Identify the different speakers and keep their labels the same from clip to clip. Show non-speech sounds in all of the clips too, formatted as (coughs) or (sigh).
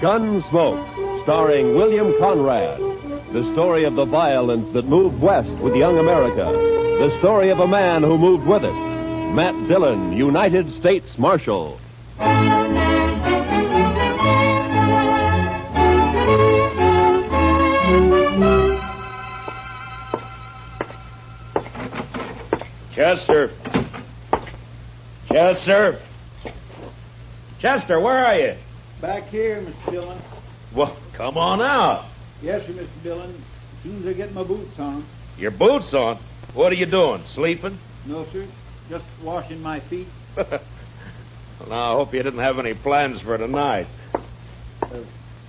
Speaker 1: Gunsmoke, starring William Conrad. The story of the violence that moved west with young America. The story of a man who moved with it. Matt Dillon, United States Marshal. Chester. Chester. Chester, where are you?
Speaker 2: Back here, Mr. Dillon.
Speaker 1: Well, come on out.
Speaker 2: Yes, sir, Mr. Dillon. As soon as I get my boots on.
Speaker 1: Your boots on? What are you doing? Sleeping? (laughs)
Speaker 2: No, sir. Just washing my feet.
Speaker 1: well, now, I hope you didn't have any plans for tonight.
Speaker 2: Uh,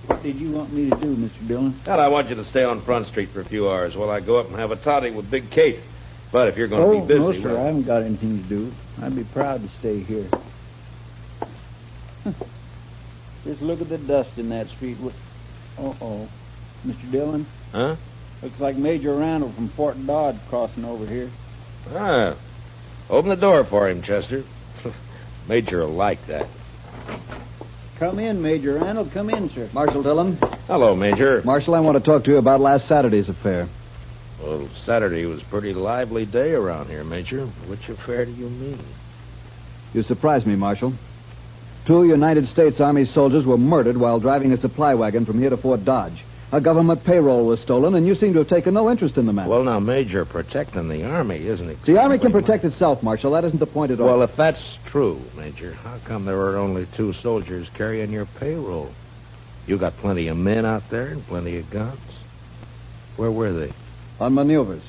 Speaker 2: what did you want me to do, Mr. Dillon?
Speaker 1: Well, I want you to stay on Front Street for a few hours while I go up and have a toddy with Big Kate. But if you're going to
Speaker 2: oh,
Speaker 1: be busy,
Speaker 2: no, sir.
Speaker 1: well-
Speaker 2: I haven't got anything to do. I'd be proud to stay here. (laughs) Just look at the dust in that street. Uh oh. Mr. Dillon,
Speaker 1: huh?
Speaker 2: looks like Major Randall from Fort Dodge crossing over here.
Speaker 1: Ah, open the door for him, Chester. (laughs) Major will like that.
Speaker 2: Come in, Major Randall. Come in, sir.
Speaker 3: Marshal Dillon.
Speaker 1: Hello, Major.
Speaker 3: Marshal, I want to talk to you about last Saturday's affair.
Speaker 1: Well, Saturday was a pretty lively day around here, Major. Which affair do you mean?
Speaker 3: You surprised me, Marshal. Two United States Army soldiers were murdered while driving a supply wagon from here to Fort Dodge. A government payroll was stolen, and you seem to have taken no interest in the matter.
Speaker 1: Well, now, Major, protecting the Army isn't it?
Speaker 3: the Army can protect itself, Marshal. That isn't the point at all.
Speaker 1: Well, if that's true, Major, how come there were only two soldiers carrying your payroll? You got plenty of men out there and plenty of guns. Where were they?
Speaker 3: on maneuvers.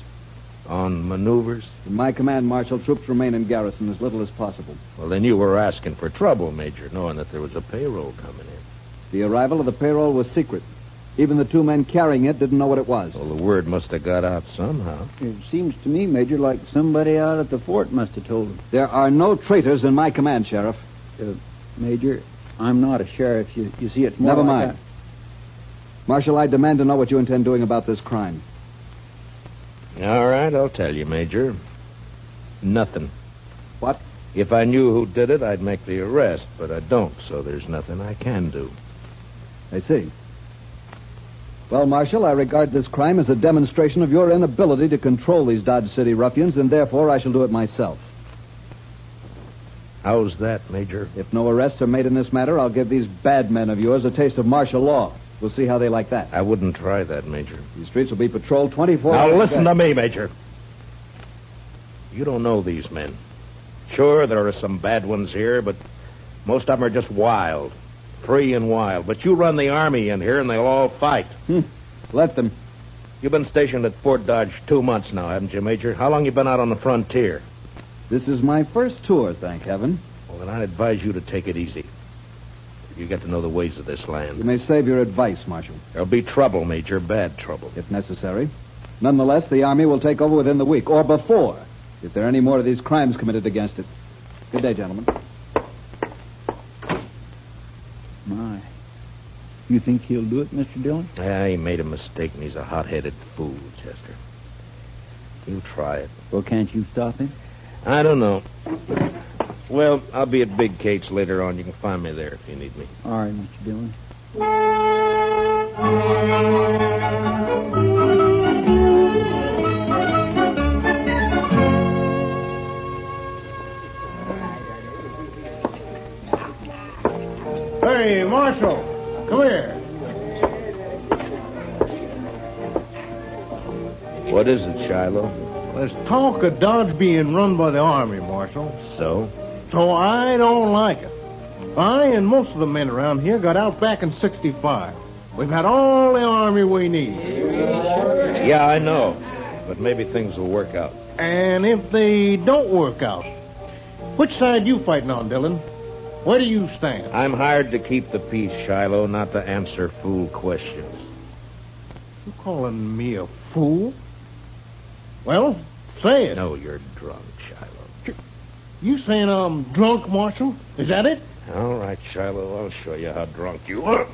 Speaker 1: On maneuvers?
Speaker 3: In my command, Marshal, troops remain in garrison as little as possible.
Speaker 1: Well, then you were asking for trouble, Major, knowing that there was a payroll coming in.
Speaker 3: The arrival of the payroll was secret. Even the two men carrying it didn't know what it was.
Speaker 1: Well, the word must have got out somehow.
Speaker 2: It seems to me, Major, like somebody out at the fort must have told him.
Speaker 3: There are no traitors in my command, Sheriff.
Speaker 2: Uh, Major, I'm not a sheriff. You, you see, it's more
Speaker 3: Never
Speaker 2: like
Speaker 3: mind. Marshal, I demand to know what you intend doing about this crime.
Speaker 1: All right, I'll tell you, Major. Nothing.
Speaker 3: What?
Speaker 1: If I knew who did it, I'd make the arrest, but I don't, so there's nothing I can do.
Speaker 3: I see. Well, Marshal, I regard this crime as a demonstration of your inability to control these Dodge City ruffians, and therefore I shall do it myself.
Speaker 1: How's that, Major?
Speaker 3: If no arrests are made in this matter, I'll give these bad men of yours a taste of martial law. We'll see how they like that.
Speaker 1: I wouldn't try that, Major.
Speaker 3: These streets will be patrolled 24
Speaker 1: now
Speaker 3: hours a
Speaker 1: listen
Speaker 3: day.
Speaker 1: to me, Major. You don't know these men. Sure, there are some bad ones here, but most of them are just wild, free and wild. But you run the army in here, and they'll all fight.
Speaker 3: Hmm. Let them.
Speaker 1: You've been stationed at Fort Dodge two months now, haven't you, Major? How long you been out on the frontier?
Speaker 3: This is my first tour, thank heaven.
Speaker 1: Well, then I'd advise you to take it easy. You get to know the ways of this
Speaker 3: You
Speaker 1: land.
Speaker 3: may save your advice, Marshal,
Speaker 1: There'll be trouble, Major, bad trouble.
Speaker 3: if necessary. Nonetheless, the Army will take over within the week, or before, if there are any more of these crimes committed against it. Good day, gentlemen.
Speaker 2: that. My. You think he'll do it, Mr. Dillon?
Speaker 1: Ah, he made a mistake, and he's a hot-headed fool, Chester. You try it.
Speaker 2: Well, can't you stop him?
Speaker 1: I don't know. Well, I'll be at Big Kate's later on. You can find me there if you need me.
Speaker 2: All right, Mr. Dillon.
Speaker 1: What is it, Shiloh?
Speaker 4: There's talk of Dodge being run by the Army, Marshal.
Speaker 1: So?
Speaker 4: So I don't like it. I and most of the men around here got out back in 65. We've had all the Army we need.
Speaker 1: Yeah, I know. But maybe things will work out.
Speaker 4: And if they don't work out, which side you fighting on, Dillon? Where do you stand?
Speaker 1: I'm hired to keep the peace, Shiloh, not to answer fool questions.
Speaker 4: You calling me a fool? Well, say it.
Speaker 1: No, you're drunk, Shiloh.
Speaker 4: You saying I'm drunk, Marshal? Is that it?
Speaker 1: All right, Shiloh, I'll show you how drunk you are.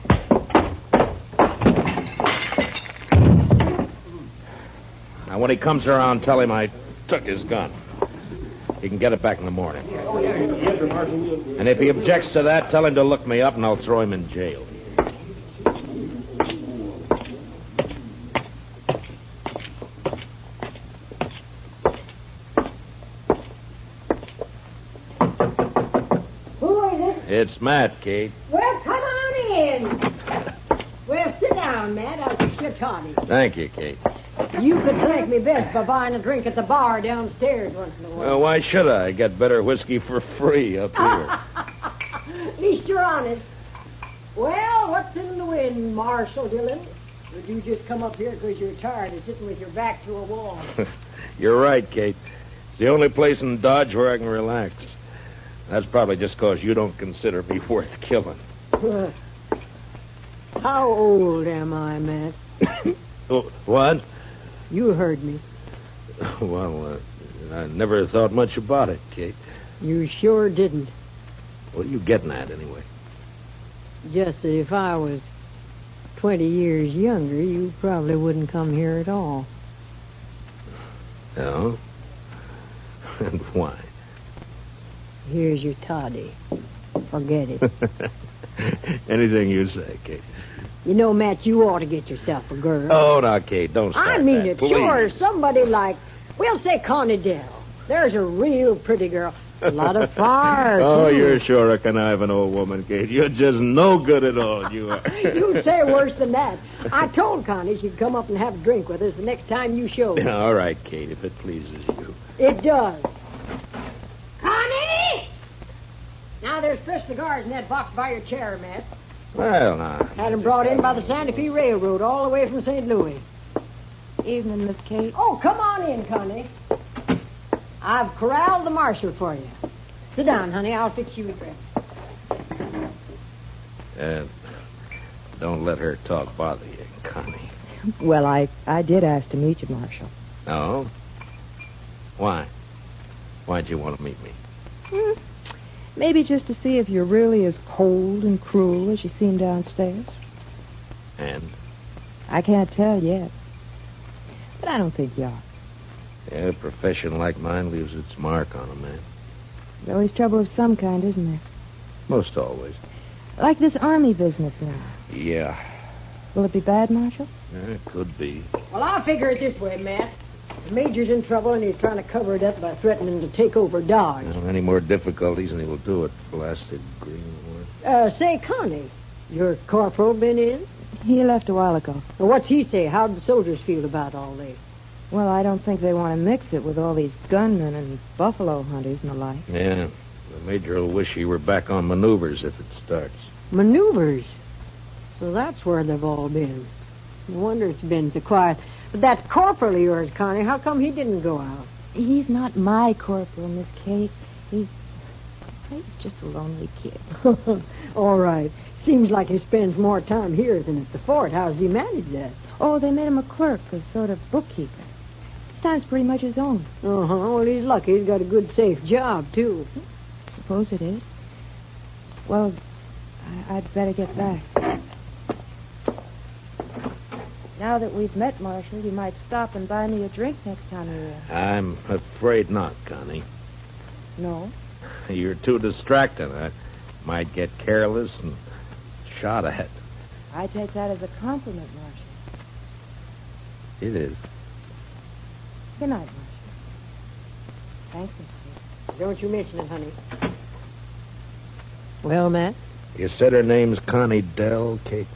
Speaker 1: Now, when he comes around, tell him I took his gun. He can get it back in the morning. And if he objects to that, tell him to look me up and I'll throw him in jail.
Speaker 5: Who is it?
Speaker 1: It's Matt, Kate.
Speaker 5: Well, come on in. Well, sit down, Matt. I'll fix your toddy.
Speaker 1: Thank you, Kate.
Speaker 5: You could thank me best for buying a drink at the bar downstairs once in a while.
Speaker 1: Well, why should I? I get better whiskey for free up here.
Speaker 5: (laughs) At least you're honest. Well, what's in the wind, Marshal Dillon? Or did you just come up here because you're tired of sitting with your back to a wall?
Speaker 1: (laughs) You're right, Kate. It's the only place in Dodge where I can relax. That's probably just 'cause you don't consider me (laughs) worth killing.
Speaker 5: (sighs) How old am I, Matt? (coughs)
Speaker 1: Oh, what?
Speaker 5: You heard me.
Speaker 1: (laughs) Well, uh, I never thought much about it, Kate.
Speaker 5: You sure didn't.
Speaker 1: What are you getting at, anyway?
Speaker 5: Just that if I was 20 years younger, you probably wouldn't come here at all.
Speaker 1: No? (laughs) and why? (laughs)
Speaker 5: Here's your toddy.
Speaker 1: (laughs)
Speaker 5: Forget it.
Speaker 1: Anything you say, Kate.
Speaker 5: you know, Matt, you ought to get yourself a girl.
Speaker 1: Oh, now, Kate, don't start
Speaker 5: I mean
Speaker 1: that,
Speaker 5: it.
Speaker 1: please.
Speaker 5: Sure, somebody like, we'll say Connie Dell. There's a real pretty girl. A lot of fire.
Speaker 1: (laughs) Oh,
Speaker 5: too. (laughs)
Speaker 1: you're sure a conniving old woman, Kate. You're just no good at all, you are.
Speaker 5: (laughs) You'd say worse than that. I told Connie she'd come up and have a drink with us the next time you showed.
Speaker 1: Yeah, (laughs) All right, Kate, if it pleases you.
Speaker 5: It does. Connie! Now there's fresh cigars in that box by your chair, Matt.
Speaker 1: Well, now.
Speaker 5: Had 'em brought in by the Santa Fe Railroad all the way from St. Louis.
Speaker 6: Evening, Miss Kate.
Speaker 5: Oh, come on in, Connie. I've corralled the marshal for you. Sit down, honey. I'll fix you a drink.
Speaker 1: Uh, don't let her talk bother you, Connie.
Speaker 6: Well, I, I did ask to meet you, Marshal.
Speaker 1: No? Why? Why'd you want to meet me?
Speaker 6: Hmm. Maybe just to see if you're really as cold and cruel as you seem downstairs.
Speaker 1: And
Speaker 6: I can't tell yet. But I don't think you are.
Speaker 1: yeah, a profession like mine leaves its mark on a man.
Speaker 6: There's always trouble of some kind, isn't there?
Speaker 1: Most always.
Speaker 6: Like this army business now.
Speaker 1: Yeah.
Speaker 6: Will it be bad, Marshal?
Speaker 1: yeah it could be.
Speaker 5: Well, I'll figure it this way, Matt. The major's in trouble, and he's trying to cover it up by threatening to take over Dodge.
Speaker 1: Well, any more difficulties, and he will do it. Blasted greenwood.
Speaker 5: Uh, say, Connie, your corporal been in?
Speaker 6: He left a while ago.
Speaker 5: Now, What's he say? How'd the soldiers feel about all this?
Speaker 6: Well, I don't think they want to mix it with all these gunmen and buffalo hunters and the like.
Speaker 1: Yeah. The major will wish he were back on maneuvers if it starts.
Speaker 5: Maneuvers. So that's where they've all been. No wonder it's been so quiet. But that corporal of yours, Connie, how come he didn't go out?
Speaker 6: He's not my corporal, Miss Kate. He's he's just a lonely kid.
Speaker 5: (laughs) all right. Seems like he spends more time here than at the fort. How's he manage that?
Speaker 6: Oh, they made him a clerk, a sort of bookkeeper. His time's pretty much his own.
Speaker 5: Uh huh. Well, he's lucky. He's got a good, safe job, too.
Speaker 6: Suppose it is. Well, I- I'd better get back. Now that we've met, Marshal, you might stop and buy me a drink next time you're here.
Speaker 1: I'm afraid not, Connie.
Speaker 6: No?
Speaker 1: (laughs) You're too distracting. I might get careless and shot at.
Speaker 6: I take that as a compliment, Marshal.
Speaker 1: It is.
Speaker 6: Good night, Marshal. Thanks, Miss Kate.
Speaker 5: Don't you mention it, honey. Well, Matt,
Speaker 1: You said her name's Connie Dell, Kate.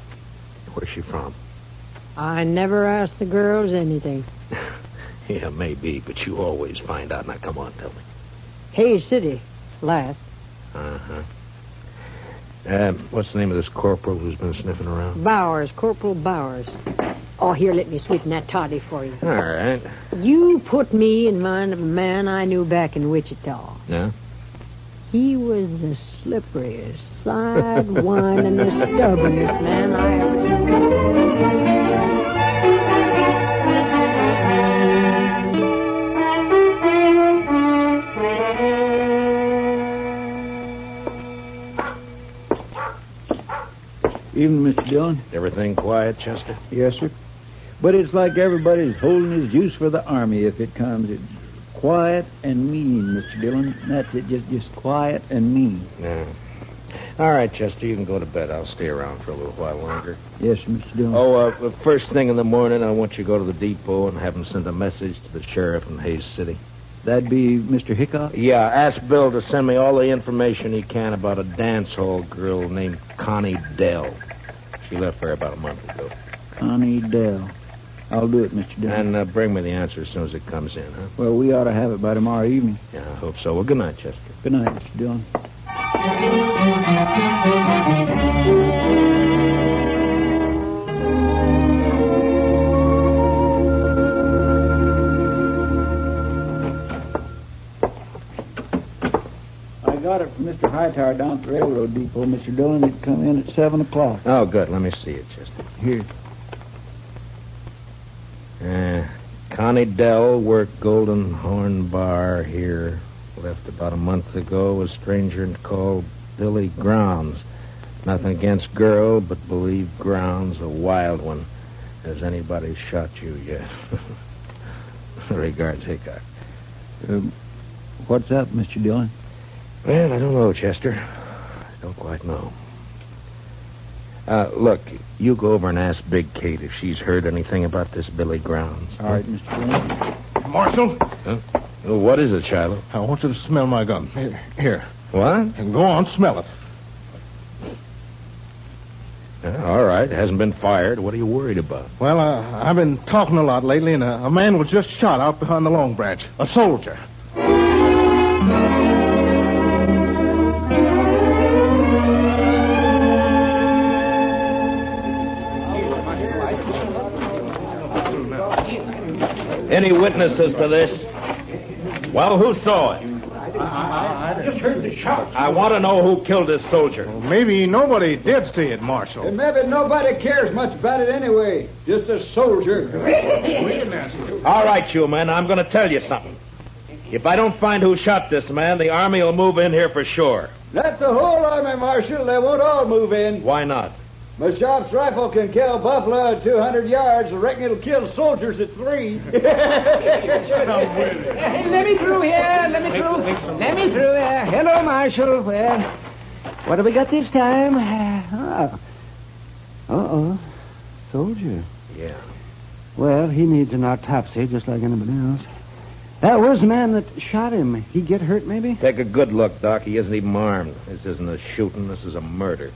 Speaker 1: Where's she from? (laughs)
Speaker 5: I never asked the girls anything.
Speaker 1: Yeah, maybe, but you always find out. Now, come on, tell me.
Speaker 7: Hayes City, last.
Speaker 1: Uh-huh. Um, what's the name of this corporal who's been sniffing around?
Speaker 7: Bowers, Corporal Bowers. Oh, here, let me sweeten that toddy for you.
Speaker 1: All right.
Speaker 7: You put me in mind of a man I knew back in Wichita.
Speaker 1: Yeah?
Speaker 7: He was the
Speaker 5: (laughs)
Speaker 7: slipperiest, sidewinding, the stubbornest man I ever
Speaker 8: Evening, Mr. Dillon.
Speaker 1: Everything quiet, Chester?
Speaker 8: Yes, sir. But it's like everybody's holding his juice for the army if it comes. It's quiet and mean, Mr. Dillon. That's it. Just, just quiet and mean.
Speaker 1: Yeah. All right, Chester, you can go to bed. I'll stay around for a little while longer.
Speaker 8: Yes, Mr. Dillon.
Speaker 1: Oh, uh, the first thing in the morning, I want you to go to the depot and have him send a message to the sheriff in Hayes City.
Speaker 8: That'd be Mr. Hickok.
Speaker 1: Yeah, ask Bill to send me all the information he can about a dance hall girl named Connie Dell. She left there about a month ago.
Speaker 8: Connie Dell. I'll do it, Mr. Dillon.
Speaker 1: And uh, bring me the answer as soon as it comes in, huh?
Speaker 8: Well, we ought to have it by tomorrow evening.
Speaker 1: Yeah, I hope so. Well, good night, Chester.
Speaker 8: Good night, Mr. Dillon. I got it from Mr. Hightower down at the railroad depot, Mr. Dillon. It come in at 7 o'clock.
Speaker 1: Oh, good. Let me see it, Chester.
Speaker 8: Here.
Speaker 1: Uh, Connie Dell worked Golden Horn Bar here. Left about a month ago. A stranger called Billy Grounds. Nothing against girl, but believe Grounds a wild one. Has anybody shot you yet? (laughs) Regards, Hickok.
Speaker 8: Um, what's up, Mr. Dillon?
Speaker 1: Well, I don't know, Chester. I don't quite know. Uh, look, you go over and ask Big Kate if she's heard anything about this Billy Grounds.
Speaker 8: All right, Mr. Dillon.
Speaker 4: Marshal,
Speaker 1: Huh? Well, What is it, Shiloh?
Speaker 4: I want you to smell my gun. Here, here.
Speaker 1: What?
Speaker 4: And go on, smell it.
Speaker 1: Yeah, Uh, all right. Hasn't been fired. What are you worried about?
Speaker 4: Well, uh, I've been talking a lot lately, and uh, a man was just shot out behind the Long Branch. A soldier.
Speaker 1: Any witnesses to this? Well, who saw it? I, just heard the shot. I want to know who killed this soldier.
Speaker 4: Maybe nobody did see it, Marshal.
Speaker 3: maybe nobody cares much about it anyway. Just a soldier.
Speaker 1: All right, you men, I'm going to tell you something. If I don't find who shot this man, the army will move in here for sure.
Speaker 3: Not the whole army, Marshal. They won't all move in.
Speaker 1: Why not?
Speaker 3: Mashop's rifle can kill buffalo at 200 yards. I reckon it'll kill soldiers at three.
Speaker 9: Hey, let me through here. Let me through. Let me through here. Hello, Marshal. Well, what have we got this time? (sighs) Oh. Uh-oh. Soldier.
Speaker 1: Yeah.
Speaker 9: Well, he needs an autopsy just like anybody else. That was the man that shot him. He get hurt, maybe?
Speaker 1: Take a good look, Doc. He isn't even armed. This isn't a shooting. This is a murder.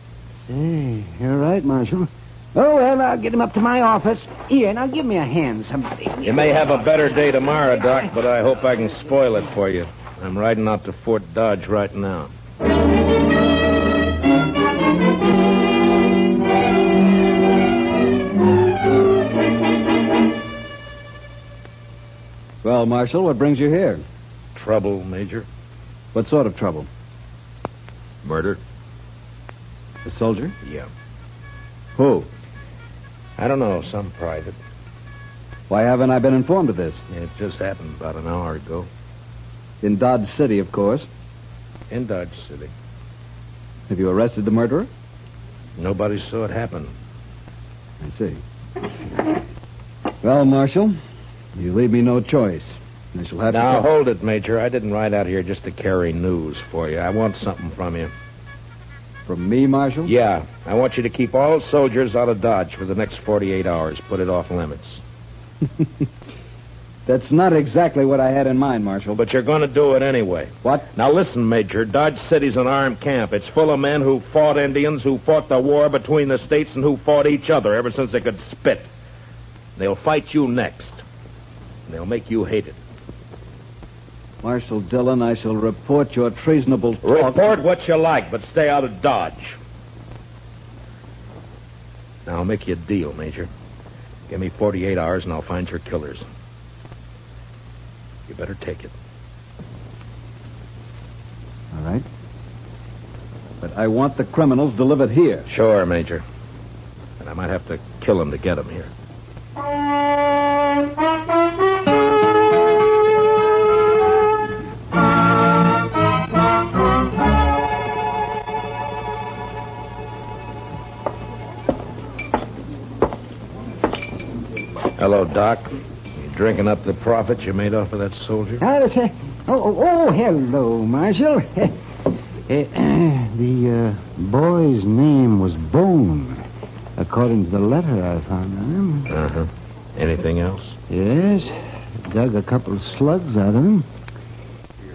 Speaker 9: Hey, you're right, Marshal. Oh, well, I'll get him up to my office. Here, now give me a hand, somebody.
Speaker 1: You may have a better day tomorrow, Doc, but I hope I can spoil it for you. I'm riding out to Fort Dodge right now.
Speaker 3: (laughs) well, Marshal, what brings you here?
Speaker 1: Trouble, Major?
Speaker 3: What sort of trouble?
Speaker 1: Murder?
Speaker 3: A soldier?
Speaker 1: Yeah.
Speaker 3: Who?
Speaker 1: I don't know, some private.
Speaker 3: Why haven't I been informed of this?
Speaker 1: It just happened about an hour ago
Speaker 3: In Dodge City, of course.
Speaker 1: in Dodge City.
Speaker 3: Have you arrested the murderer?
Speaker 1: Nobody saw it happen.
Speaker 3: I see. Well, Marshal, you leave me no choice. I shall have
Speaker 1: now,
Speaker 3: to.
Speaker 1: hold it, Major. I didn't ride out here just to carry news for you. I want something from you.
Speaker 3: From me, Marshal?
Speaker 1: Yeah, I want you to keep all soldiers out of Dodge for the next 48 hours. Put it off limits.
Speaker 3: (laughs) That's not exactly what I had in mind, Marshal.
Speaker 1: But you're going to do it anyway.
Speaker 3: What?
Speaker 1: Now, listen, Major. Dodge City's an armed camp. It's full of men who fought Indians, who fought the war between the states, and who fought each other ever since they could spit. They'll fight you next. and they'll make you hate it.
Speaker 3: Marshal Dillon, I shall report your treasonable talk.
Speaker 1: Report what you like, but stay out of Dodge. Now, I'll make you a deal, Major. Give me 48 hours, and I'll find your killers. You better take it.
Speaker 3: All right. But I want the criminals delivered here.
Speaker 1: Sure, Major. And I might have to kill them to get them here. Hello, Doc. You drinking up the profits you made off of that soldier?
Speaker 9: (laughs) Ah, that's, uh, oh, oh, oh, hello, Marshal. (laughs) Eh, eh, the uh, boy's name was Bone, according to the letter I found on him.
Speaker 1: Uh huh. Anything else?
Speaker 9: Yes, dug a couple of slugs out of him.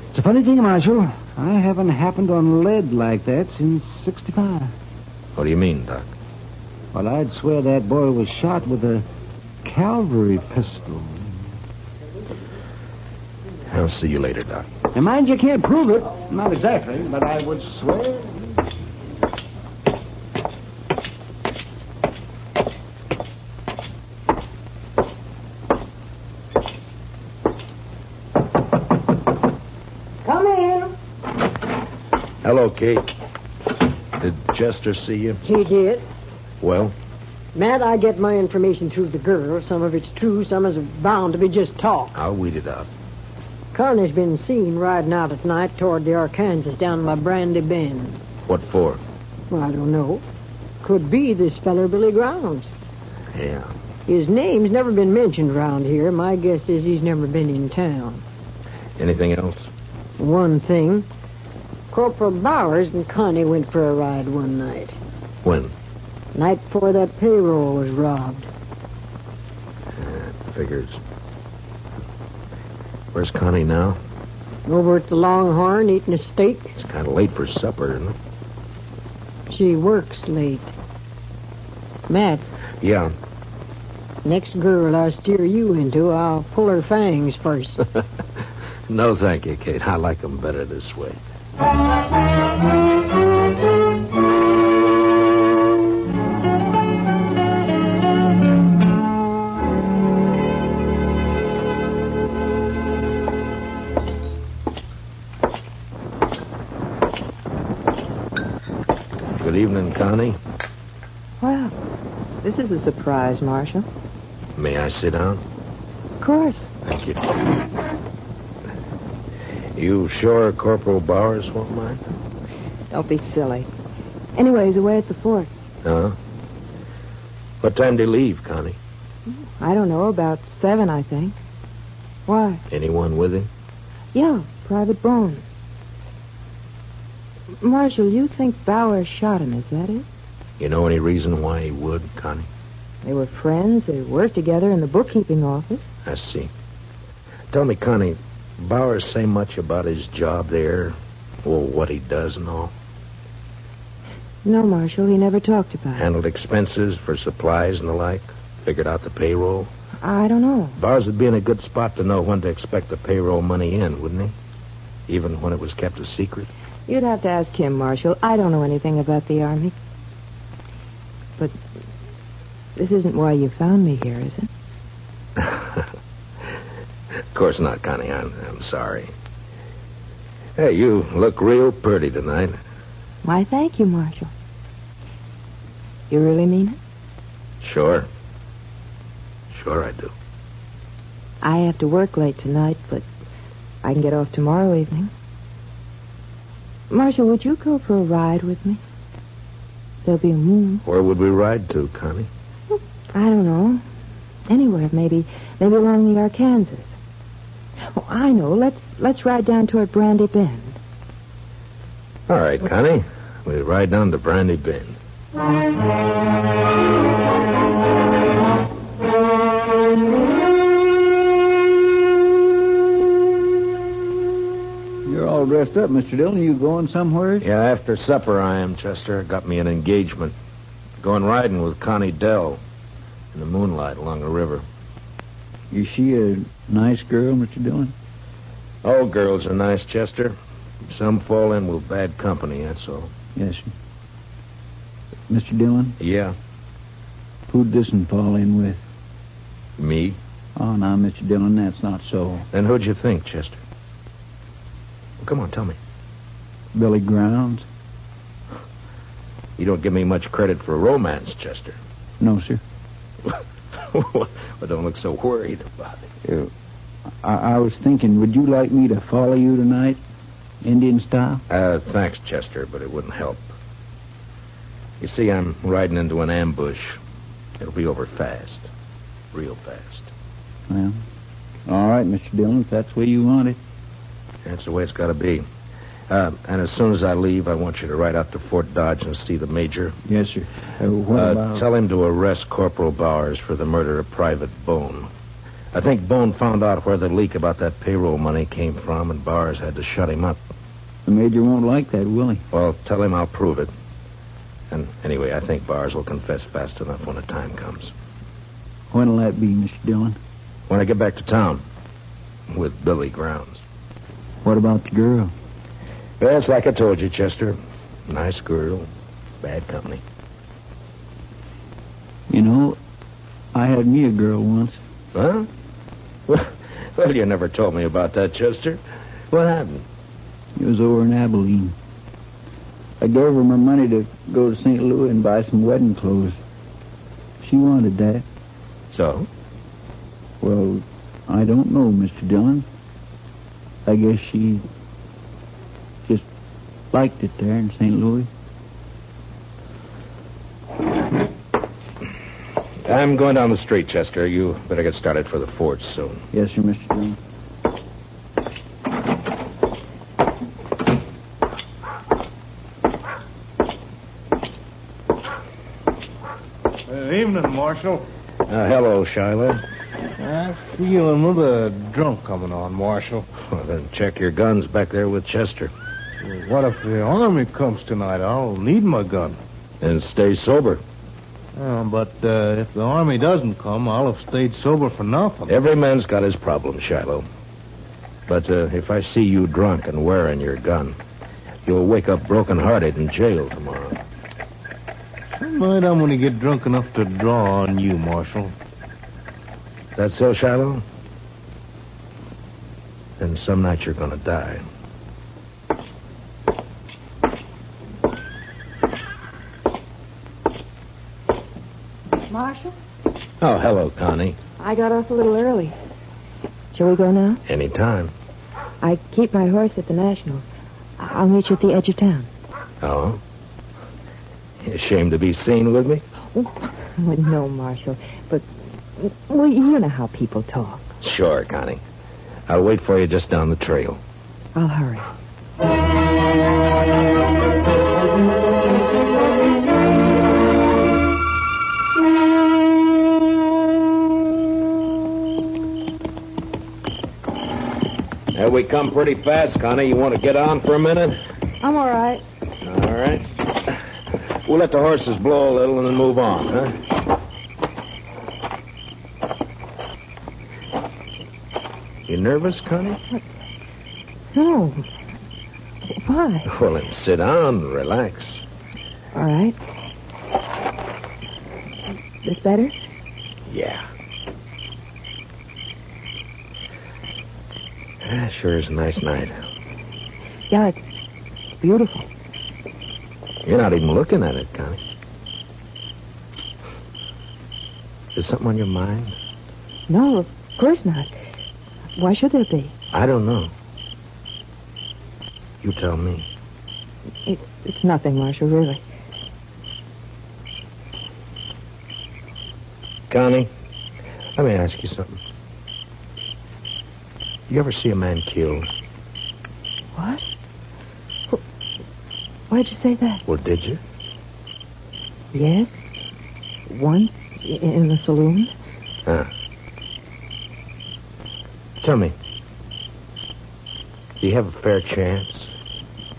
Speaker 9: It's a funny thing, Marshal. I haven't happened on lead like that since 65.
Speaker 1: What do you mean, Doc?
Speaker 9: Well, I'd swear that boy was shot with a cavalry pistol.
Speaker 1: I'll see you later, Doc.
Speaker 9: Now, mind you can't prove it. Not exactly, but I would swear.
Speaker 5: Come in.
Speaker 1: Hello, Kate. Did Chester see you?
Speaker 5: He did.
Speaker 1: Well,
Speaker 5: Matt, I get my information through the girl. Some of it's true, some is bound to be just talk.
Speaker 1: I'll weed it out.
Speaker 5: Connie's been seen riding out at night toward the Arkansas down by Brandy Bend.
Speaker 1: What for?
Speaker 5: Well, I don't know. Could be this feller Billy Grounds.
Speaker 1: Yeah.
Speaker 5: His name's never been mentioned around here. My guess is he's never been in town.
Speaker 1: Anything else?
Speaker 5: One thing. Corporal Bowers and Connie went for a ride one night.
Speaker 1: When?
Speaker 5: Night before that payroll was robbed.
Speaker 1: Uh, Figures. Where's Connie now?
Speaker 5: Over at the Longhorn eating a steak.
Speaker 1: It's kind of late for supper, isn't it?
Speaker 5: She works late. Matt,
Speaker 1: Yeah.
Speaker 5: next girl I steer you into, I'll pull her fangs first.
Speaker 1: No, thank you, Kate. I like them better this way. Good evening, Connie.
Speaker 6: Well, this is a surprise, Marshal.
Speaker 1: May I sit down?
Speaker 6: Of course.
Speaker 1: Thank you. You sure Corporal Bowers won't mind?
Speaker 6: Don't be silly. Anyways, away at the fort.
Speaker 1: Huh? What time do you leave, Connie?
Speaker 6: I don't know, about seven, I think. Why?
Speaker 1: Anyone with him?
Speaker 6: Yeah, Private Bone. Marshal, you think Bauer shot him, is that it?
Speaker 1: You know any reason why he would, Connie?
Speaker 6: They were friends. They worked together in the bookkeeping office.
Speaker 1: I see. Tell me, Connie, Bowers say much about his job there, or what he does and all?
Speaker 6: No, Marshal, he never talked about it.
Speaker 1: Handled expenses for supplies and the like? Figured out the payroll?
Speaker 6: I don't know.
Speaker 1: Bowers would be in a good spot to know when to expect the payroll money in, wouldn't he? Even when it was kept a secret?
Speaker 6: You'd have to ask him, Marshal. I don't know anything about the Army. But this isn't why you found me here, is it?
Speaker 1: Of course not, Connie. I'm, I'm sorry. Hey, you look real pretty tonight.
Speaker 6: Why, thank you, Marshal. You really mean it?
Speaker 1: Sure. Sure, I do.
Speaker 6: I have to work late tonight, but I can get off tomorrow evening. Marshal, would you go for a ride with me? There'll be a moon.
Speaker 1: Where would we ride to, Connie?
Speaker 6: I don't know. Anywhere, maybe, maybe along the Arkansas. Oh, I know. Let's let's ride down toward Brandy Bend.
Speaker 1: All right, Connie. We ride down to Brandy Bend.
Speaker 3: You're all dressed up, Mr. Dillon. You going somewhere?
Speaker 1: Yeah, after supper I am, Chester. Got me an engagement. Going riding with Connie Dell in the moonlight along the river.
Speaker 8: Is she a nice girl, Mr. Dillon?
Speaker 1: All Oh, girls are nice, Chester. Some fall in with bad company, that's all.
Speaker 8: Yes, sir. Mr. Dillon,
Speaker 1: Yeah.
Speaker 8: who'd this one fall in with?
Speaker 1: Me?
Speaker 8: Oh, now, Mr. Dillon, that's not so.
Speaker 1: Then who'd you think, Chester? Well, come on, tell me.
Speaker 8: Billy Grounds?
Speaker 1: You don't give me much credit for romance, Chester. (laughs)
Speaker 8: No, sir.
Speaker 1: well, don't look so worried about it.
Speaker 8: Uh, I-, I was thinking, would you like me to follow you tonight, Indian style?
Speaker 1: Uh, thanks, Chester, but it wouldn't help. You see, I'm riding into an ambush. It'll be over fast. Real fast.
Speaker 8: Well, all right, Mr. Dillon, if that's the way you want it.
Speaker 1: That's the way it's got to be. Uh, and as soon as I leave, I want you to ride out to Fort Dodge and see the major.
Speaker 8: Yes, sir. Uh, what
Speaker 1: Uh,
Speaker 8: about...
Speaker 1: Tell him to arrest Corporal Bowers for the murder of Private Bone. I think Bone found out where the leak about that payroll money came from, and Bowers had to shut him up.
Speaker 8: The Major won't like that, will he?
Speaker 1: Well, tell him I'll prove it. And anyway, I think Bowers will confess fast enough when the time comes.
Speaker 8: When'll that be, Mr. Dillon?
Speaker 1: When I get back to town with Billy Grounds.
Speaker 8: What about the girl?
Speaker 1: That's like I told you, Chester. Nice girl, bad company.
Speaker 8: You know, I had me a girl once.
Speaker 1: Huh? (laughs) Well, well, you never told me about that, Chester. What happened?
Speaker 8: It was over in Abilene. I gave her my money to go to St. Louis and buy some wedding clothes. She wanted that.
Speaker 1: So?
Speaker 8: Well, I don't know, Mr. Dillon. I guess she just liked it there in St. Louis.
Speaker 1: I'm going down the street, Chester. You better get started for the fort soon.
Speaker 8: Yes, sir, Mr. Dillon.
Speaker 4: Uh, evening, Marshal.
Speaker 1: Uh, hello, Shiloh.
Speaker 4: I feel another drunk coming on, Marshal.
Speaker 1: Well, then check your guns back there with Chester.
Speaker 4: What if the army comes tonight? I'll need my gun.
Speaker 1: And stay sober.
Speaker 4: Uh, but uh, if the army doesn't come, I'll have stayed sober for nothing.
Speaker 1: Every man's got his problem, Shiloh. But uh, if I see you drunk and wearing your gun, you'll wake up broken-hearted in jail tomorrow.
Speaker 4: Tonight I'm going to get drunk enough to draw on you, Marshal.
Speaker 1: That so, Shiloh? Then some night you're going to die.
Speaker 6: Marshal?
Speaker 1: Oh, hello, Connie.
Speaker 6: I got off a little early. Shall we go now?
Speaker 1: Anytime.
Speaker 6: I keep my horse at the National. I- I'll meet you at the edge of town.
Speaker 1: Oh? You ashamed to be seen with me?
Speaker 6: Well, Oh, (laughs) no, Marshal, but well, you know how people talk.
Speaker 1: Sure, Connie. I'll wait for you just down the trail.
Speaker 6: I'll hurry.
Speaker 1: Have we come pretty fast, Connie? You want to get on for a minute?
Speaker 6: I'm all right.
Speaker 1: All right. We'll let the horses blow a little and then move on, huh? You nervous, Connie? (laughs)
Speaker 6: No. Oh. Why?
Speaker 1: Well, then sit down, relax.
Speaker 6: All right. This better?
Speaker 1: Yeah. Ah, sure is a nice night.
Speaker 6: Yeah, it's beautiful.
Speaker 1: You're not even looking at it, Connie. Is something on your mind?
Speaker 6: No, of course not. Why should there be?
Speaker 1: I don't know. You tell me.
Speaker 6: It, it's nothing, Marshal, really.
Speaker 1: Connie, let me ask you something. You ever see a man killed?
Speaker 6: What? Wh- Why'd you say that?
Speaker 1: Well, did you?
Speaker 6: Yes. Once i- in the saloon.
Speaker 1: Huh. Tell me. Do you have a fair chance?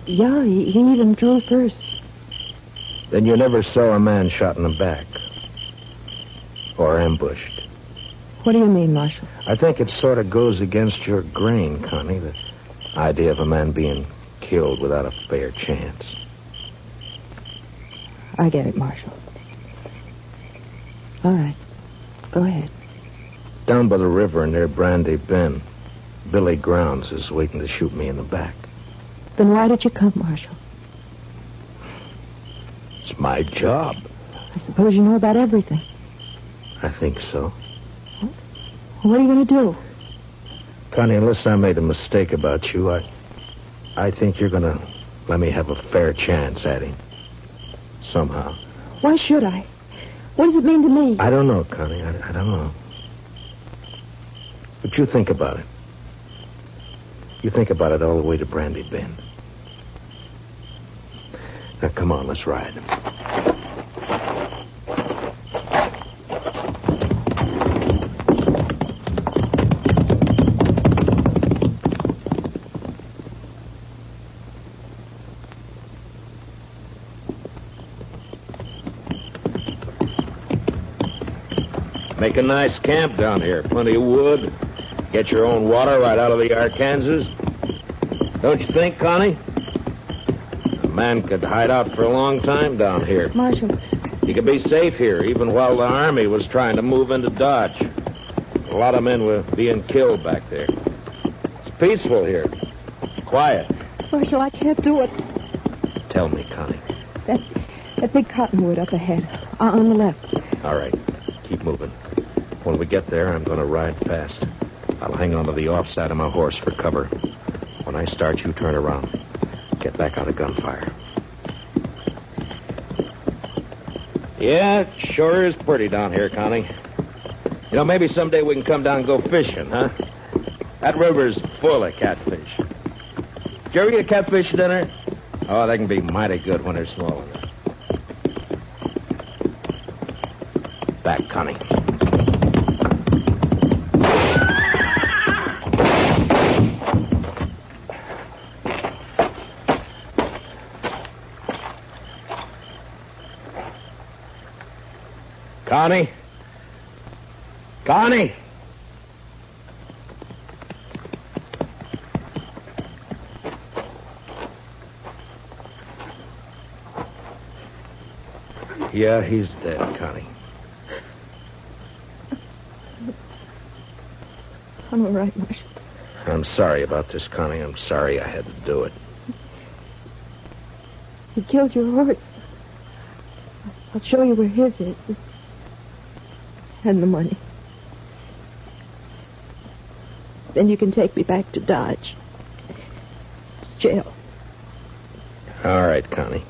Speaker 6: Yeah, he, he even drew first.
Speaker 1: Then you never saw a man shot in the back. Or ambushed.
Speaker 6: What do you mean, Marshal?
Speaker 1: I think it sort of goes against your grain, Connie, the idea of a man being killed without a fair chance.
Speaker 6: I get it, Marshal. All right. Go ahead.
Speaker 1: Down by the river near Brandy Bend, Billy Grounds is waiting to shoot me in the back.
Speaker 6: Then why did you come, Marshal?
Speaker 1: It's my job.
Speaker 6: I suppose you know about everything.
Speaker 1: I think so.
Speaker 6: What are you going to do?
Speaker 1: Connie, unless I made a mistake about you, I I think you're going to let me have a fair chance at him. Somehow.
Speaker 6: Why should I? What does it mean to me?
Speaker 1: I don't know, Connie. I, I don't know. But you think about it. You think about it all the way to Brandy Bend. Now, come on, let's ride. Make a nice camp down here. Plenty of wood. Get your own water right out of the Arkansas. Don't you think, Connie? A man could hide out for a long time down here.
Speaker 6: Marshal,
Speaker 1: He could be safe here, even while the army was trying to move into Dodge. A lot of men were being killed back there. It's peaceful here. Quiet.
Speaker 6: Marshal, I can't do it.
Speaker 1: Tell me, Connie.
Speaker 6: That, that big cottonwood up ahead, uh, on the left.
Speaker 1: All right. Keep moving. When we get there, I'm going to ride past. I'll hang onto the offside of my horse for cover. When I start, you turn around. Get back out of gunfire. Yeah, it sure is pretty down here, Connie. You know, maybe someday we can come down and go fishing, huh? That river's full of catfish. Did you ever get a catfish dinner? Oh, they can be mighty good when they're small enough. Back, Connie. Connie? Connie? Yeah, he's dead, Connie.
Speaker 6: I'm all right, Marshal.
Speaker 1: I'm sorry about this, Connie. I'm sorry I had to do it.
Speaker 6: He killed your horse. I'll show you where his is. And the money. Then you can take me back to Dodge. Jail.
Speaker 1: All right, Connie.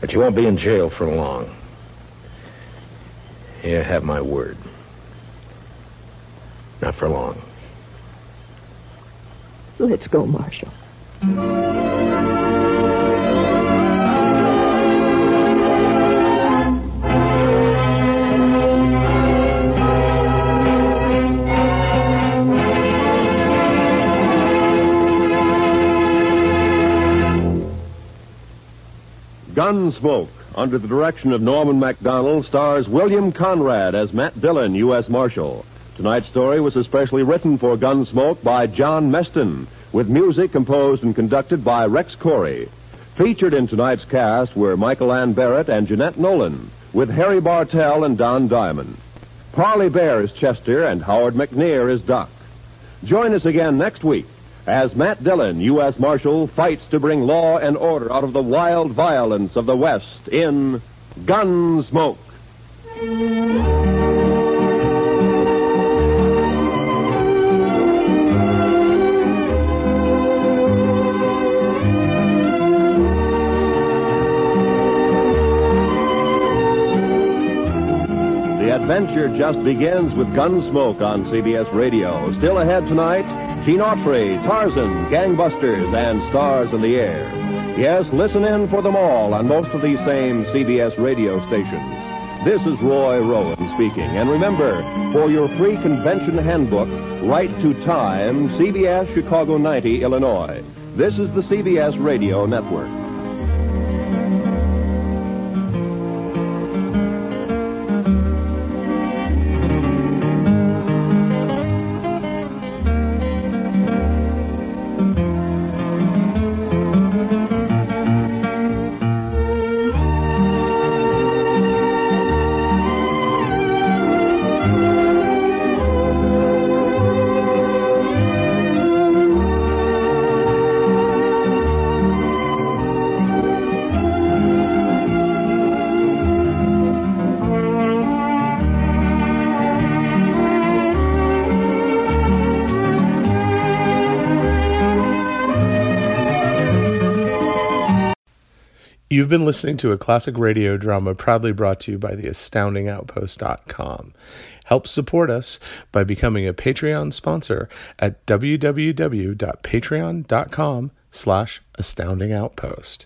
Speaker 1: But you won't be in jail for long. You have my word. Not for long.
Speaker 6: Let's go, Marshal.
Speaker 10: Gunsmoke, under the direction of Norman MacDonald, stars William Conrad as Matt Dillon, U.S. Marshal. Tonight's story was especially written for Gunsmoke by John Meston, with music composed and conducted by Rex Corey. Featured in tonight's cast were Michael Ann Barrett and Jeanette Nolan, with Harry Bartell and Don Diamond. Parley Bear is Chester, and Howard McNear is Doc. Join us again next week as Matt Dillon, U.S. Marshal, fights to bring law and order out of the wild violence of the West in Gunsmoke. The adventure just begins with Gunsmoke on CBS Radio. Still ahead tonight, Gene Autry, Tarzan, Gangbusters, and Stars in the Air. Yes, listen in for them all on most of these same CBS radio stations. This is Roy Rowan speaking. And remember, for your free convention handbook, write to Time, CBS, Chicago 90, Illinois. This is the CBS Radio Network.
Speaker 11: You've been listening to a classic radio drama proudly brought to you by the astoundingoutpost.com. Help support us by becoming a Patreon sponsor at www.patreon.com slash astoundingoutpost.